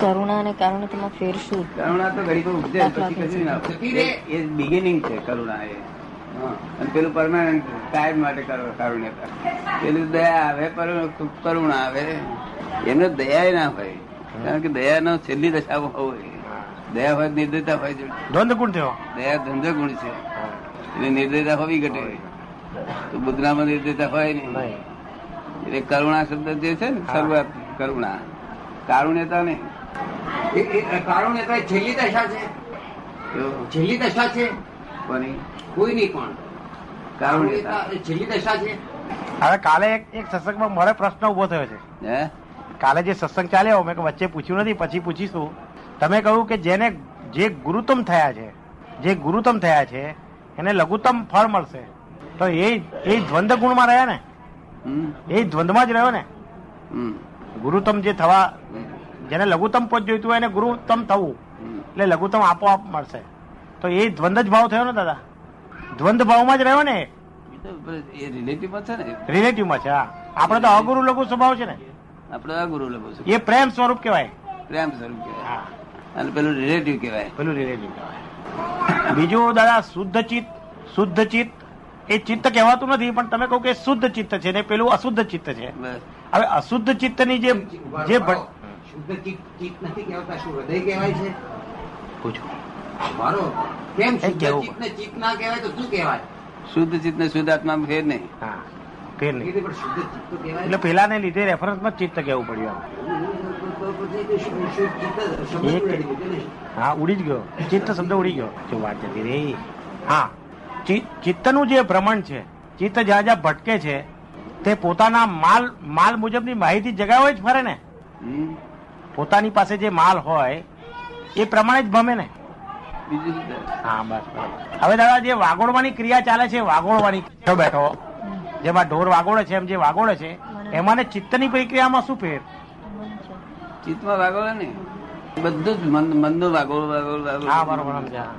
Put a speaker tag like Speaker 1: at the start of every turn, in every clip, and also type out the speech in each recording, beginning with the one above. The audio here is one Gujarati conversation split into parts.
Speaker 1: કરુણા અને કારુણિકમાં ફેર શું
Speaker 2: કરુણા તો ઘડી કોઈ ઉપજે
Speaker 1: દાખલા
Speaker 2: પછી કશું ના ઉપજે.
Speaker 3: કીરે.
Speaker 2: એ- એ બિગિનિંગ છે કરુણા એ હા. અને પેલું પરમાનન્ટ કાયમ માટે કર- કારુણ્યતા પેલું દયા આવે પર- કરુણા આવે એમને દયા ના હોય કારણ કે દયા નો છેલ્લી દશા હોય દયા હોય તો નિર્દયતા હોય છે.
Speaker 4: દ્વંદ ગુણ થયો
Speaker 2: દયા ધંધો ગુણ છે એટલે નિર્દયતા હોવી ઘટે તો બુદ્ધનામાં નિર્દયતા હોય નહીં
Speaker 4: નહીં
Speaker 2: એટલે કરુણા શબ્દ જે છે ને શરૂઆત કરુણા કારુણ્યતા નહીં
Speaker 3: એ- એ કારુણ્યતા એ છેલ્લી દશા છે
Speaker 2: તો
Speaker 3: છેલ્લી દશા છે
Speaker 2: કોની
Speaker 3: કોઈની પણ
Speaker 2: કારુણ્યતા
Speaker 3: કારુણ્યતા એ છેલ્લી દશા છે
Speaker 4: હવે કાલે એક એક સત્સંગમાં મારે પ્રશ્ન ઉભો થયો છે
Speaker 2: હે
Speaker 4: કાલે જે સત્સંગ ચાલ્યો મેં કહ્યું વચ્ચે પૂછ્યું નથી પછી પૂછીશું તમે કહ્યું કે જેને જે ગુરુતમ થયા છે જે ગુરુતમ થયા છે એને લઘુત્તમ ફળ મળશે તો એ એ દ્વંદ ગુણમાં રહ્યા ને
Speaker 2: હમ
Speaker 4: એ દ્વંદમાં જ રહ્યો ને
Speaker 2: હમ
Speaker 4: ગુરુતમ જે થવા
Speaker 2: હમ.
Speaker 4: જેને લઘુત્તમ પદ જોઈતું હોય એને ગુરુત્તમ થવું
Speaker 2: હમ.
Speaker 4: એટલે લઘુત્તમ આપોઆપ મળશે તો એ દ્વંદ જ ભાવ થયો ને દાદા દ્વંદ ભાવમાં જ રહ્યો ને
Speaker 2: એ તો એ relative માં છે ને
Speaker 4: રિલેટિવમાં છે હા આપણે તો અગુરુ લઘુ સ્વભાવ છે ને
Speaker 2: આપણે આ ગુરુ લખો છો
Speaker 4: એ પ્રેમ સ્વરૂપ કહેવાય
Speaker 2: પ્રેમ સ્વરૂપ કહેવાય
Speaker 4: હા
Speaker 2: અને પેલું રિલેટિવ કહેવાય
Speaker 4: પેલું રિલેટિવ કહેવાય બીજું દાદા શુદ્ધ ચિત્ત શુદ્ધ ચિત્ત એ ચિત્ત કહેવાતું નથી પણ તમે કહો કે શુદ્ધ ચિત્ત છે ને પેલું અશુદ્ધ ચિત્ત છે
Speaker 2: બસ
Speaker 4: હવે અશુદ્ધ ચિત્તની જે જે ભ-
Speaker 3: શુદ્ધ ચિત્ત ચિત્ત નથી કહેવાતા શું હૃદય કહેવાય છે
Speaker 4: પૂછો
Speaker 3: મારો કેમ શુદ્ધ
Speaker 4: કેવું?
Speaker 3: ચિત્ત ને ચિત્ત ના કહેવાય તો શું કહેવાય
Speaker 2: શુદ્ધ ચિત્ત ને શુદ્ધ આત્મા ફેર નહીં
Speaker 4: હા ફેર નહીં
Speaker 3: કીધું પણ શુદ્ધ ચિત્ત તો કહેવાય
Speaker 4: એટલે પેલાને લીધે રેફરન્સમાં જ ચિત્ત કહેવું પડ્યું આમ. એક- હા ઉડી જ ગયો ચિત્ત શબ્દ ઉડી ગયો જો વાત જતી રહી હા ચિ- ચિત્તનું જે ભ્રમણ છે ચિત્ત જ્યાં જ્યાં ભટકે છે તે પોતાના માલ માલ મુજબની માહિતી જગાવે જ ફરે ને
Speaker 2: હમ.
Speaker 4: પોતાની પાસે જે માલ હોય એ પ્રમાણે જ ભમે ને
Speaker 2: બીજું શું થાય?
Speaker 4: હા બસ બરાબર હવે દાદા જે વાગોળવાની ક્રિયા ચાલે છે વાગોળવાની બેઠો બેઠો જેમાં ઢોર વાગોળે છે એમ જે વાગોળે છે એમાં ને ચિત્તની પ્રક્રિયામાં શું ફેર
Speaker 2: ચિત્તમાં વાગોળે ને બધું જ મન મનનું વાગોળ વાગોળ વાગોળ
Speaker 4: હા બરોબર સમજ્યા.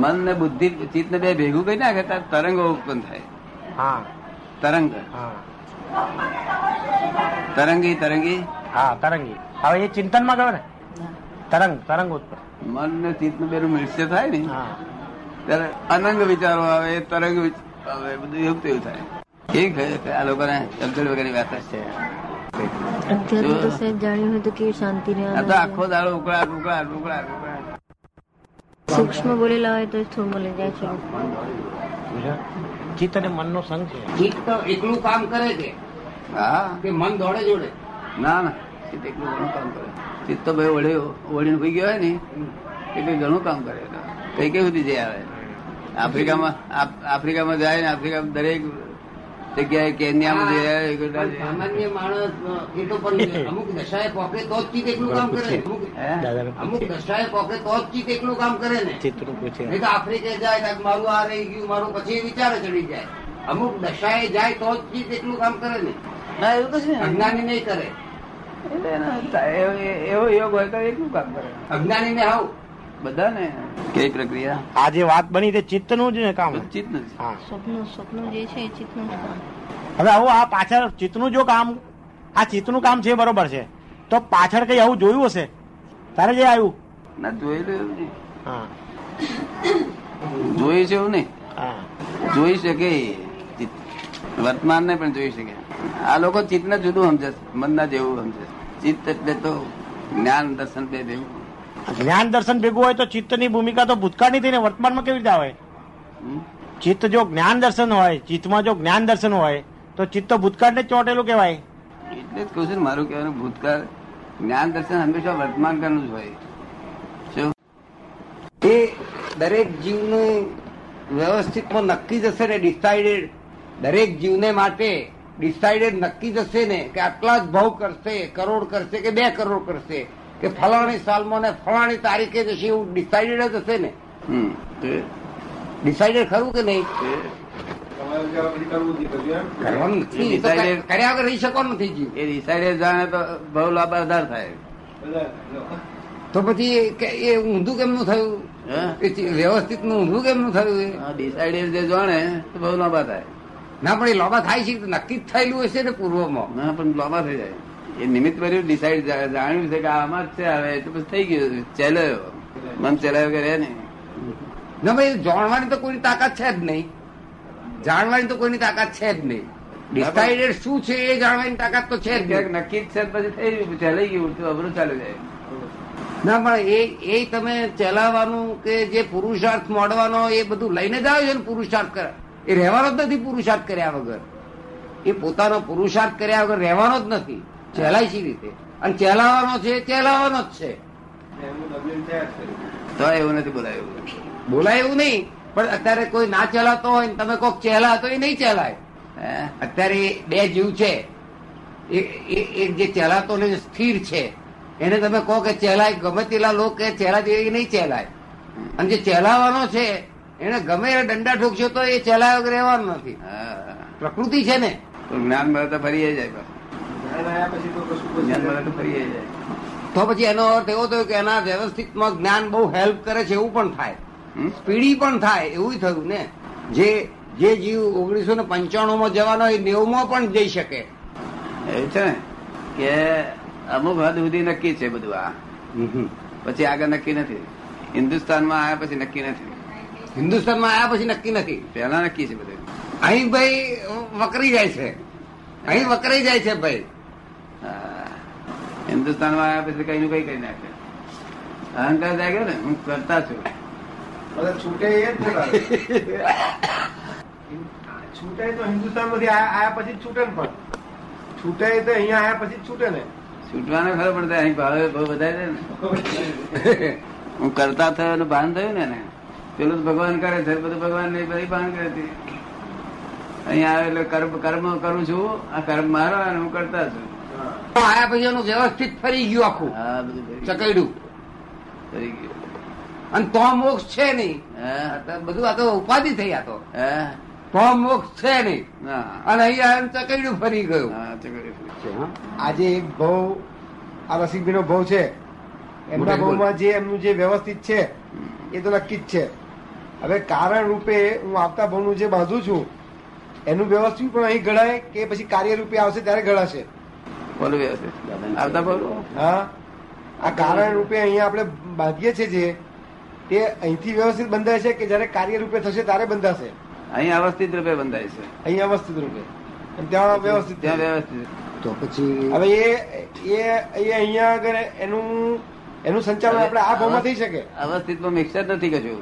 Speaker 2: મન ને બુદ્ધિ ચિત્ત ને બે ભેગું કરી નાખે ત્યારે તરંગો ઉત્પન્ન થાય
Speaker 4: હા
Speaker 2: તરંગ
Speaker 4: હા
Speaker 2: તરંગી તરંગી
Speaker 4: હા તરંગી હવે એ ચિંતનમાં ગયો ને તરંગ તરંગ ઉત્પન્ન
Speaker 2: મન ને ચિત્ત ને બેનું મિશ્ર થાય ને
Speaker 4: હા
Speaker 2: ત્યારે અનંગ વિચારો આવે તરંગ વિચ- આવે બધું એવું તેવું થાય એ કહે આ લોકોને સમજણ વગરની વાત છે
Speaker 1: અત્યારે તો સાહેબ જાણ્યું હતું કે શાંતિ
Speaker 2: આ તો
Speaker 1: રહેવાનું
Speaker 2: આખો દાડો ઉકળાટ ઉકળાટ ઉકળાટ ઉકળાટ
Speaker 1: છે. સૂક્ષ્મ બોલેલા હોય તો સ્થૂળ બોલી જાય છે
Speaker 4: સમજ્યા? ચિત્ત અને મનનો સંગ છે
Speaker 3: ચિત્ત તો એકલું કામ કરે કે
Speaker 2: હા
Speaker 3: કે મન દોડે જોડે
Speaker 2: ના ના ચિત્ત એકલું ઘણું કામ કરે ચિત્ત તો ભાઈ ઓળ્યો ઓળીને ભૂઈ ગયો હોય ને એટલે ઘણું કામ કરે કઈ કઈ સુધી જઈ આવે આફ્રિકામાં આફ- આફ્રિકામાં જાય ને આફ્રિકામાં દરેક જગ્યાએ કેન્યામાં જઈ આવે
Speaker 3: પણ
Speaker 2: યુગાન્ડામાં જઈ આવે.
Speaker 3: સામાન્ય માણસ અ, એ તો પણ અમુક દશાએ પોકે તો જ ચિત્ત એકલું કામ કરે અમુક-
Speaker 2: હે?
Speaker 4: દાદાને
Speaker 3: અમુક
Speaker 4: પૂછે
Speaker 3: દશાએ પોકે તો જ ચિત્ત એકલું કામ કરે ને
Speaker 4: ચિત્તનું
Speaker 3: નહીં
Speaker 4: પૂછે
Speaker 3: તો આફ્રિકે જાય કાંઈક મારું આ રહી ગયું મારું પછી એ વિચારે ચડી જાય અમુક દશાએ જાય તો જ ચિત્ત એકલું કામ કરે ને
Speaker 2: ના એવું કશું નહીં.
Speaker 3: અજ્ઞાની નહીં કરે
Speaker 2: એટલે એના- એવો- એવો યોગ હોય તો એકલું કામ કરે
Speaker 3: અજ્ઞાની ને હાવ
Speaker 2: બધાને કઈ પ્રક્રિયા
Speaker 4: આ જે વાત બની તે ચિત્તનું જ ને કામ
Speaker 2: ચિત્ત નથી
Speaker 4: હા
Speaker 1: સ્વપ્ન સ્વપ્ન જે છે એ ચિત્તનું જ કામ.
Speaker 4: હવે આવું આ પાછળ ચિત્તનું જો કામ આ ચિત્તનું કામ છે બરોબર છે તો પાછળ કઈ આવું જોયું હશે તારે જે આવ્યું
Speaker 2: ના જોયેલું એવું નહીં
Speaker 4: હા
Speaker 2: જોયું છે એવું નહીં
Speaker 4: હા
Speaker 2: જોઈ શકે ચિત્ત. વર્તમાનને પણ જોઈ શકે આ લોકો ચિત્તને જુદું સમજે છે, મનના જેવું સમજે છે. ચિત્ત એટલે તો જ્ઞાન દર્શન બે ભેગું
Speaker 4: જ્ઞાન દર્શન ભેગું હોય તો ચિત્તની ભૂમિકા તો ભૂતકાળની થઈને વર્તમાનમાં કેવી રીતે આવે
Speaker 2: હમ?
Speaker 4: ચિત્ત જો જ્ઞાન દર્શન હોય ચિત્તમાં જો જ્ઞાન દર્શન હોય તો ચિત્ત તો ભૂતકાળને જ ચોંટેલું કહેવાય
Speaker 2: એટલે જ કહું છું ને મારું કહેવાનું ભૂતકાળ જ્ઞાન દર્શન હંમેશા વર્તમાન કાળનું જ હોય શું
Speaker 3: એ દરેક જીવનું વ્યવસ્થિતમાં નક્કી જશે ને ડિસાઇડેડ દરેક જીવને માટે ડિસાઇડેડ નક્કી જશે ને કે આટલા જ ભાવ કરશે કરોડ કરશે કે બે કરોડ કરશે કે ફલાણી સાલમાં ને ફલાણી તારીખે જશે એવું ડિસાઇડેડ જ હશે ને
Speaker 2: હમ તે-
Speaker 3: ડિસાઇડેડ ખરું કે નહીં
Speaker 2: તે-
Speaker 3: કરવાનું નથી એ તો
Speaker 2: Decided.
Speaker 3: કર્યા વગર રહી શકો નથી જીવ
Speaker 2: એ ડિસાઇડેડ જાણે તો બહુ લાભાધાર થાય
Speaker 3: તો પછી એ કે- એ ઊંધું કેમનું થયું
Speaker 2: હે?
Speaker 3: એ ચી- વ્યવસ્થિતનું ઊંધું કેમનું થયું એ?
Speaker 2: આ ડિસાઇડેડ જે જાણે તો બહુ લાંબા થાય
Speaker 3: ના પણ એ લોબા થાય છે એ તો નક્કી જ થયેલું હશે ને પૂર્વમાં
Speaker 2: ના પણ લાંબા થઈ જાય એ નિમિત્ત ભર્યું ડિસાઈડ જાણ્યું છે કે આ આમાં જ છે હવે એટલે પછી થઈ ગયું ચેલાયો મન ચલાયો કે રહે નહીં
Speaker 3: ના ભાઈ જાણવાની તો કોઈની તાકાત છે જ નહીં જાણવાની તો કોઈની તાકાત છે જ નહીં ડિસાઇડેડ શું છે એ જાણવાની તાકાત તો છે જ નહીં
Speaker 2: ક્યાંક નક્કી જ છે તો પછી થઈ ગયું ચલાઈ ગયું તો અઘરું ચાલુ જાય
Speaker 3: ના પણ એ એ તમે ચલાવવાનું કે જે પુરુષાર્થ મોડવાનો એ બધું લઈને જ આવ્યો છે ને પુરુષાર્થ કર એ રહેવાનો જ નથી પુરુષાર્થ કર્યા વગર એ પોતાનો પુરુષાર્થ કર્યા વગર રહેવાનો જ નથી ચહેલાયશી રીતે અને ચહેલાવાનો છે એ ચહેલાવાનો જ છે
Speaker 2: તો એવું નથી બોલાયું
Speaker 3: બોલાય એવું નહીં પણ અત્યારે કોઈ ના ચલાતો હોય ને તમે કોઈક ચહેલા હતો એ નહીં ચહેલાય
Speaker 2: હે
Speaker 3: અત્યારે બે જીવ છે એ- એ- એક જે ચહેલાતો ને જે સ્થિર છે એને તમે કહો કે ચહેલાય ગમે તેલા લોકો કે ચહેલા જેવી નહીં ચહેલાય અને જે ચહેલાવાનો છે એને ગમે એ દંડા ઠોકશો તો એ ચહેલાયો કે રહેવાનું નથી
Speaker 2: હા
Speaker 3: પ્રકૃતિ છે ને
Speaker 2: તો જ્ઞાન મળે તો ફરી એ જાય પાછું. જ્ઞાન મળે તો ફરી એ જાય
Speaker 3: તો પછી એનો અર્થ એવો થયો કે એના વ્યવસ્થિતમાં જ્ઞાન બહુ હેલ્પ કરે છે એવું પણ થાય
Speaker 2: હમ?
Speaker 3: સ્પીડી પણ થાય એવું થયું ને જે જે જીવ ઓગણીસો ને પંચાણું માં જવાનો એ નેવમાં પણ જઈ શકે
Speaker 2: એવું છે ને કે અમુક હદ સુધી નક્કી છે બધું આ પછી આગળ નક્કી નથી હિન્દુસ્તાનમાં આવ્યા પછી નક્કી નથી
Speaker 3: હિન્દુસ્તાનમાં આવ્યા પછી નક્કી નથી
Speaker 2: પહેલા નક્કી છે બધું
Speaker 3: અહીં ભાઈ વકરી જાય છે અહીં વકરાઈ જાય છે ભાઈ
Speaker 2: હા. હિન્દુસ્તાનમાં આવ્યા પછી કઈ નું કઈ કરી નાખે અહંકાર જાગ્યો ને હું કરતા છું
Speaker 5: છૂટે એ જ ને તારે. છૂટે તો હિન્દુસ્તાન માંથી આયા પછી જ છૂટે ને પણ છૂટે તો અહીંયા આયા પછી જ છૂટે ને
Speaker 2: છૂટવાનો ખરો પણ ત્યાં અહીં ભાવે બહુ વધારે છે ને હું કરતા થયો એનું ભાન થયું ને એને પેલું તો ભગવાન કરે છે બધું ભગવાન ને બધી ભાન કરે છે અહીંયા આવે એટલે કર્મ કર્મ કરું છું આ કર્મ મારો અને હું કરતા છું
Speaker 5: હા.
Speaker 3: આવ્યા પછી એનું વ્યવસ્થિત ફરી ગયું આખું
Speaker 2: આ બધું ફરી ગયું.
Speaker 3: ચકૈડું
Speaker 2: ફરી ગયું
Speaker 3: અને તો મોક્ષ છે નહીં આ
Speaker 2: હા
Speaker 3: તો બધું આ તો ઉપાધિ થઈ આ તો
Speaker 2: હા
Speaker 3: તો મોક્ષ છે નહીં
Speaker 2: ના
Speaker 3: અને અહીંયા એમ ચકૈડું ફરી ગયું
Speaker 2: હા, ચકરી ફરી.
Speaker 5: આજે એક ભાવ આ રસિકભાઈનો ભાવ છે એમના
Speaker 3: બોલો, બોલો.
Speaker 5: ભાવમાં જે એમનું જે વ્યવસ્થિત છે એ તો નક્કી જ છે હવે કારણ રૂપે હું આવતા ભાવનું જે બાંધું છું એનું વ્યવસ્થિત પણ અહીં ઘડાય કે પછી કાર્ય રૂપે આવશે ત્યારે ઘડાશે
Speaker 2: બોલું વ્યવસ્થિત આવતા બોલું
Speaker 5: હા આ કારણ રૂપે અહીંયા આપણે બાંધીએ છીએ જે તે અહીંથી વ્યવસ્થિત બંધાય છે કે જ્યારે કાર્ય રૂપે થશે ત્યારે બંધાશે
Speaker 2: અહીં અવસ્થિત રૂપે બંધાય છે
Speaker 5: અહીંયા વ્યવસ્થિત રૂપે અને ત્યાં વ્યવસ્થિત
Speaker 2: ત્યાં વ્યવસ્થિત
Speaker 3: તો પછી
Speaker 5: હવે એ એ એ અહીંયા આગળ એનું એનું સંચાલન આપણે આ ભાવમાં થઈ શકે
Speaker 2: અવસ્થિતમાં મિક્સર નથી કશું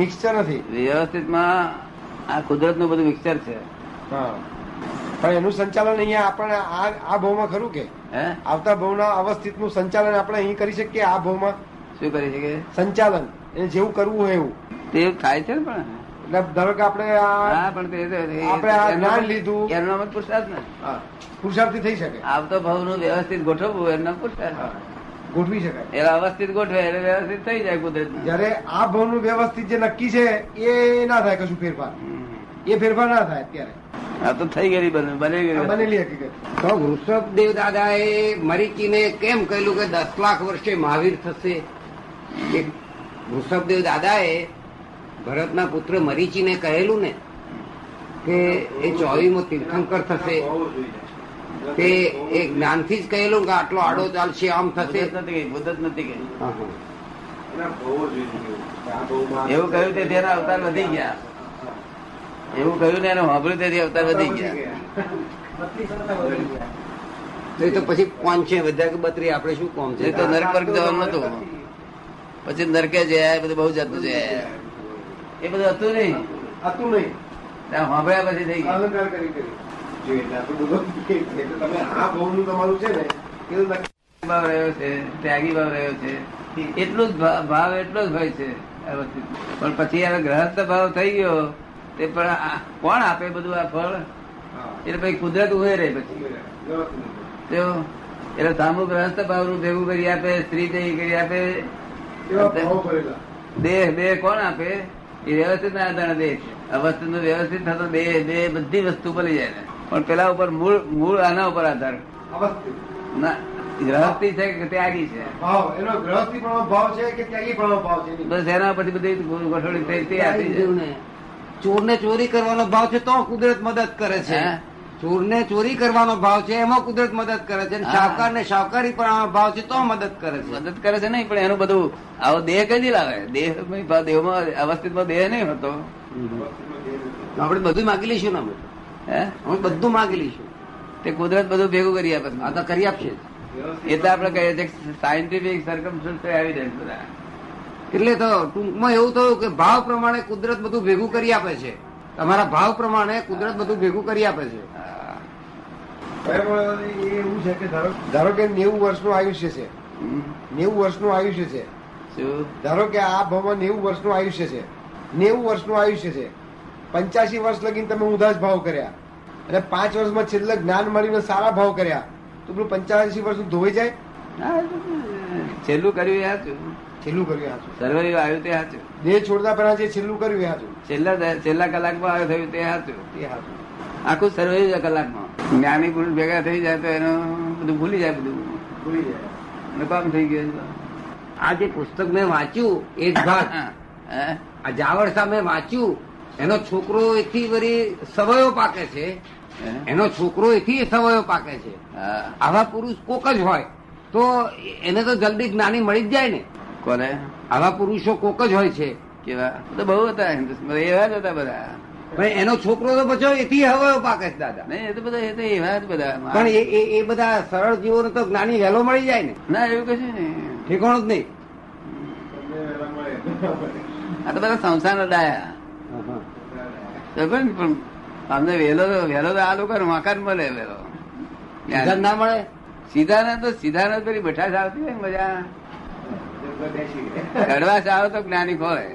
Speaker 5: મિક્સચર નથી
Speaker 2: વ્યવસ્થિતમાં આ કુદરતનું બધું મિક્સર છે
Speaker 5: હા પણ એનું સંચાલન અહીંયા આપણે આ આ ભાવમાં ખરું કે
Speaker 2: હે
Speaker 5: આવતા ભાવના અવસ્થિતનું સંચાલન આપણે અહીં કરી શકીએ આ ભાવમાં
Speaker 2: શું કરી શકે
Speaker 5: સંચાલન એ જેવું કરવું હોય એવું
Speaker 2: તે થાય છે ને પણ
Speaker 5: એટલે ધારો કે આપણે આ
Speaker 2: હા પણ તે તો- એ-
Speaker 5: આપણે આ
Speaker 2: એમનો
Speaker 5: જ્ઞાન
Speaker 2: પણ-
Speaker 5: લીધું.
Speaker 2: એમનો પણ પુરુષાર્થ ને
Speaker 5: હા, પુરુષાર્થથી થઈ શકે
Speaker 2: આવતો ભાવ નું વ્યવસ્થિત ગોઠવવું એમનો પુરુષાર્થ
Speaker 5: હા, ગોઠવી શકાય
Speaker 2: એટલે અવસ્થિત ગોઠવે એટલે વ્યવસ્થિત થઈ જાય કુદરત
Speaker 5: જ્યારે આ ભાવનું વ્યવસ્થિત જે નક્કી છે એ ના થાય કશું ફેરફાર એ ફેરફાર ના થાય અત્યારે
Speaker 2: આ તો થઈ ગયેલી બને બની
Speaker 5: આ
Speaker 2: ગયેલી
Speaker 5: બનેલી હકીકત
Speaker 3: તો વૃષભદેવ દાદા એ મરીચીને કેમ કહ્યું કે દસ લાખ વર્ષે મહાવીર થશે એ વૃષભદેવ દાદાએ ભરતના પુત્ર મરીચીને કહેલું ને કે એ ચોવીમો તીર્થંકર થશે તે એ જ્ઞાનથી જ કહેલું કે આટલો આડો ચાલશે આમ થશે
Speaker 2: કુદરત નથી ગઈ કુદરત નથી ગઈ
Speaker 3: હા, હા.
Speaker 2: એવું કહ્યું તેથી એના અવતાર વધી ગયા એવું કહ્યું ને એનું સાંભળ્યું તેથી અવતાર વધી ગયા
Speaker 3: તો એ તો પછી કોણ છે બધા કે બત્રી આપણે શું કોમ છે
Speaker 2: એ તો નરક પર જવાનું હતું પછી નરકે જયા એ બધું બહુ જતું છે એ બધું હતું નહીં
Speaker 5: હતું નહીં
Speaker 2: ત્યાં સાંભળ્યા પછી થઈ ગયું
Speaker 5: અલંકાર કરી કરી જો એટલે આ તો બધું એટલે તમે આ ભાવનું તમારું છે ને એ તો નક્કી
Speaker 2: ભાવ રહ્યો છે ત્યાગી ભાવ રહ્યો છે એટલું જ ભા- ભાવ એટલો જ હોય છે આ વસ્તુ. પણ પછી હવે ગ્રહસ્થ ભાવ થઈ ગયો તે પણ આ- કોણ આપે બધું આ ફળ એટલે પછી કુદરત ઉભે રહે પછી તો એટલે સામું ગ્રહસ્થ ભાવનું ભેગું કરી આપે સ્ત્રી ભેગી કરી
Speaker 5: એવા
Speaker 2: આપે
Speaker 5: ભાવ ભરેલા
Speaker 2: દેહ દેહ કોણ આપે એ વ્યવસ્થિત ના આધારે દેહ છે અવસ્થિત નું વ્યવસ્થિત થતો દેહ દેહ બધી વસ્તુ પડી જાય ને પણ પેલા ઉપર મૂળ મૂળ આના ઉપર આધાર
Speaker 5: અવસ્થિત
Speaker 2: ના ગ્રહસ્થી છે કે ત્યાગી છે
Speaker 5: ભાવ એનો ગ્રહસ્થી પણ ભાવ છે કે ત્યાગી પણ ભાવ છે એની?
Speaker 2: બસ એના પરથી બધી ગોઠવણી થઈ તે આપી છે.
Speaker 3: ચોરને ચોરી કરવાનો ભાવ છે તો કુદરત મદદ કરે છે
Speaker 2: હે?
Speaker 3: ચોરને ચોરી કરવાનો ભાવ છે એમાં કુદરત મદદ કરે છે અને
Speaker 2: હા.
Speaker 3: શાહુકારને શાહુકારી પણ આનો ભાવ છે તો મદદ કરે છે
Speaker 2: મદદ કરે છે નહીં પણ એનું બધું આવો દેહ કદી લાવે દેહ દેહમાં અવસ્થિતમાં દેહ નહીં હોતો
Speaker 3: આપણે બધું માગી લઈશું ને અમે
Speaker 2: હે
Speaker 3: અમે બધું માગી લઈશું
Speaker 2: તે કુદરત બધું ભેગું કરી આપે
Speaker 3: આ તો કરી આપશે જ.
Speaker 2: એટલે આપણે કહીએ છીએ સાયન્ટિફિક સરકમસ્ટન્સ એવિડન્સ બધા
Speaker 3: એટલે તો ટૂંકમાં એવું થયું કે ભાવ પ્રમાણે કુદરત બધું ભેગું કરી આપે છે તમારા ભાવ પ્રમાણે કુદરત બધું ભેગું કરી આપે છે
Speaker 2: હા.
Speaker 5: બરાબર, એ એવું છે કે ધારો ધારો કે નેવું વર્ષનું આયુષ્ય છે
Speaker 2: હમ.
Speaker 5: નેવું વર્ષનું આયુષ્ય છે
Speaker 2: શું
Speaker 5: ધારો કે આ ભાવમાં નેવું વર્ષનું આયુષ્ય છે નેવું વર્ષનું આયુષ્ય છે પંચ્યાસી વર્ષ લગીને તમે ઊંધા જ ભાવ કર્યા અને પાંચ વર્ષમાં છેલ્લે જ્ઞાન મળીને સારા ભાવ કર્યા તો પેલું પંચ્યાસી વર્ષનું ધોવાઈ જાય
Speaker 2: હા, એ તો છેલ્લું કર્યું એ સાચું
Speaker 5: છેલ્લું કર્યું એ હાચું
Speaker 2: સર્વરી આવ્યું તે સાચું
Speaker 5: દેહ છોડતા પહેલા જે છેલ્લું કર્યું એ હાચું
Speaker 2: છેલ્લા દ- છેલ્લા કલાકમાં આવ્યું થયું તે સાચું
Speaker 5: એ હાચું
Speaker 2: આખું સર્વરી કલાકમાં જ્ઞાની પુરુષ ભેગા થઈ જાય તો એનું બધું ભૂલી જાય બધું
Speaker 5: ભૂલી જાય
Speaker 2: અને કામ થઈ ગયું
Speaker 3: આ જે પુસ્તક મેં વાંચ્યું એક ભાગ
Speaker 2: હા. હે?
Speaker 3: આ જાવડ સામે વાંચ્યું એનો છોકરો એથી વળી સવાયો પાકે છે
Speaker 2: હે?
Speaker 3: એનો છોકરો એથી સવાયો પાકે છે
Speaker 2: હા.
Speaker 3: આવા પુરુષ કોક જ હોય તો એને તો જલ્દી જ્ઞાની મળી જ જાય ને
Speaker 2: કોને
Speaker 3: આવા પુરુષો કોક જ હોય છે
Speaker 2: કેવા તો બહુ હતા હિન્દુસ્તાન એવા જ હતા બધા
Speaker 3: પણ એનો છોકરો તો પછી એથી હવાયો પાકે છે દાદા
Speaker 2: નહીં એ તો બધા એ તો એવા જ બધા
Speaker 3: પણ એ એ- એ બધા સરળ જીવોને તો જ્ઞાની વહેલો મળી જાય ને
Speaker 2: ના એવું કશું નહીં
Speaker 3: ઠેકાણું જ
Speaker 2: આ તો બધા સંસાર ડાયા ખબર
Speaker 3: નહીં
Speaker 2: ને? પણ અમને વહેલો તો- વહેલો તો આ લોકો મકાન મળે વહેલો
Speaker 3: ધન ના મળે
Speaker 2: સીધાને તો સીધાને તો પેલી બઠાશ આવતી હોય ને મજા કડવાશ આવે તો જ્ઞાની ખોળે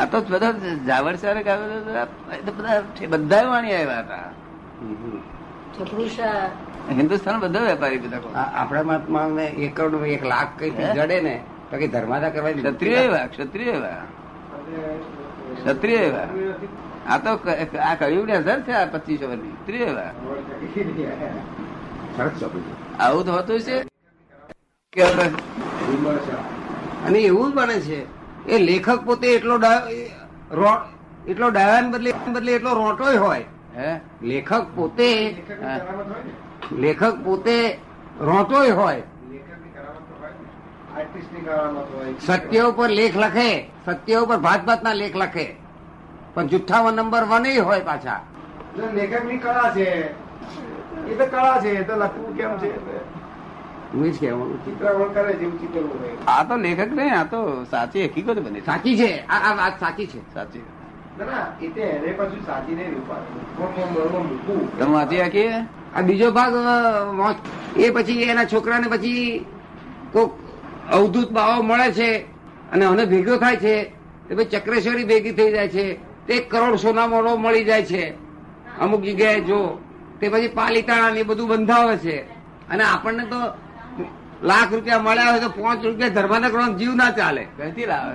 Speaker 2: આ તો બધા જાવડ સર બધા બધા વાણી આવ્યા હતા
Speaker 1: ચપરુષા
Speaker 2: હિન્દુસ્તાન બધા વેપારી બધા
Speaker 3: આ- આપણા મહાત્માને એક કરોડ એક લાખ કઈ
Speaker 2: હે?
Speaker 3: જડે ને તો કે ધર્માદા કરવાની
Speaker 2: ક્ષત્રિય એવા ક્ષત્રિય એવા ક્ષત્રિય એવા આ તો ક- આ કયું ને અસર છે આ પચીસો વર્ષની ક્ષત્રિય એવા
Speaker 3: સરસ ચોપડી છે.
Speaker 2: આવું તો હોતું છે કે હવે
Speaker 3: અને એવું જ બને છે એ લેખક પોતે એટલો ડા- એ રો- એટલો ડાયાન બદલે બદલે એટલો રોટોય હોય
Speaker 2: હે
Speaker 3: લેખક પોતે
Speaker 2: હા.
Speaker 3: લેખક પોતે રોટોય હોય સત્ય ઉપર લેખ લખે સત્ય ઉપર ભાત ભાતના લેખ લખે પણ જુઠ્ઠાવન નંબર વન હોય પાછા
Speaker 5: લેખક ની કળા છે એ તો કળા છે એ તો લખવું કેમ છે
Speaker 3: હું એ જ કહેવા માંગુ છું.
Speaker 5: ચિત્રવણ કરે જેવું ચિત્રવું હોય
Speaker 2: આ તો લેખક નહીં આ તો સાચી હકીકત બની છે.
Speaker 3: સાચી છે આ આ વાત સાચી છે
Speaker 2: સાચી
Speaker 5: ના ના એ તો એને પાછું સાચી નહીં રૂપાડું મૂકવું
Speaker 2: તમે વાંચી હકીએ
Speaker 3: આ બીજો ભાગ અ, મોત. એ પછી એના છોકરાને પછી કોક અવધૂત બાવો મળે છે અને હવે ભેગો થાય છે એ પછી ચક્રેશ્વરી ભેગી થઈ જાય છે તે એક કરોડ સોનામોનો મળી જાય છે અમુક જગ્યાએ જો તે પછી પાલિતાણા ને એ બધું બંધાવે છે અને આપણને તો લાખ રૂપિયા મળ્યા હોય તો પાંચ રૂપિયા ધર્માના ગ્રંથ જીવ ના ચાલે
Speaker 2: ઘરથી લાવે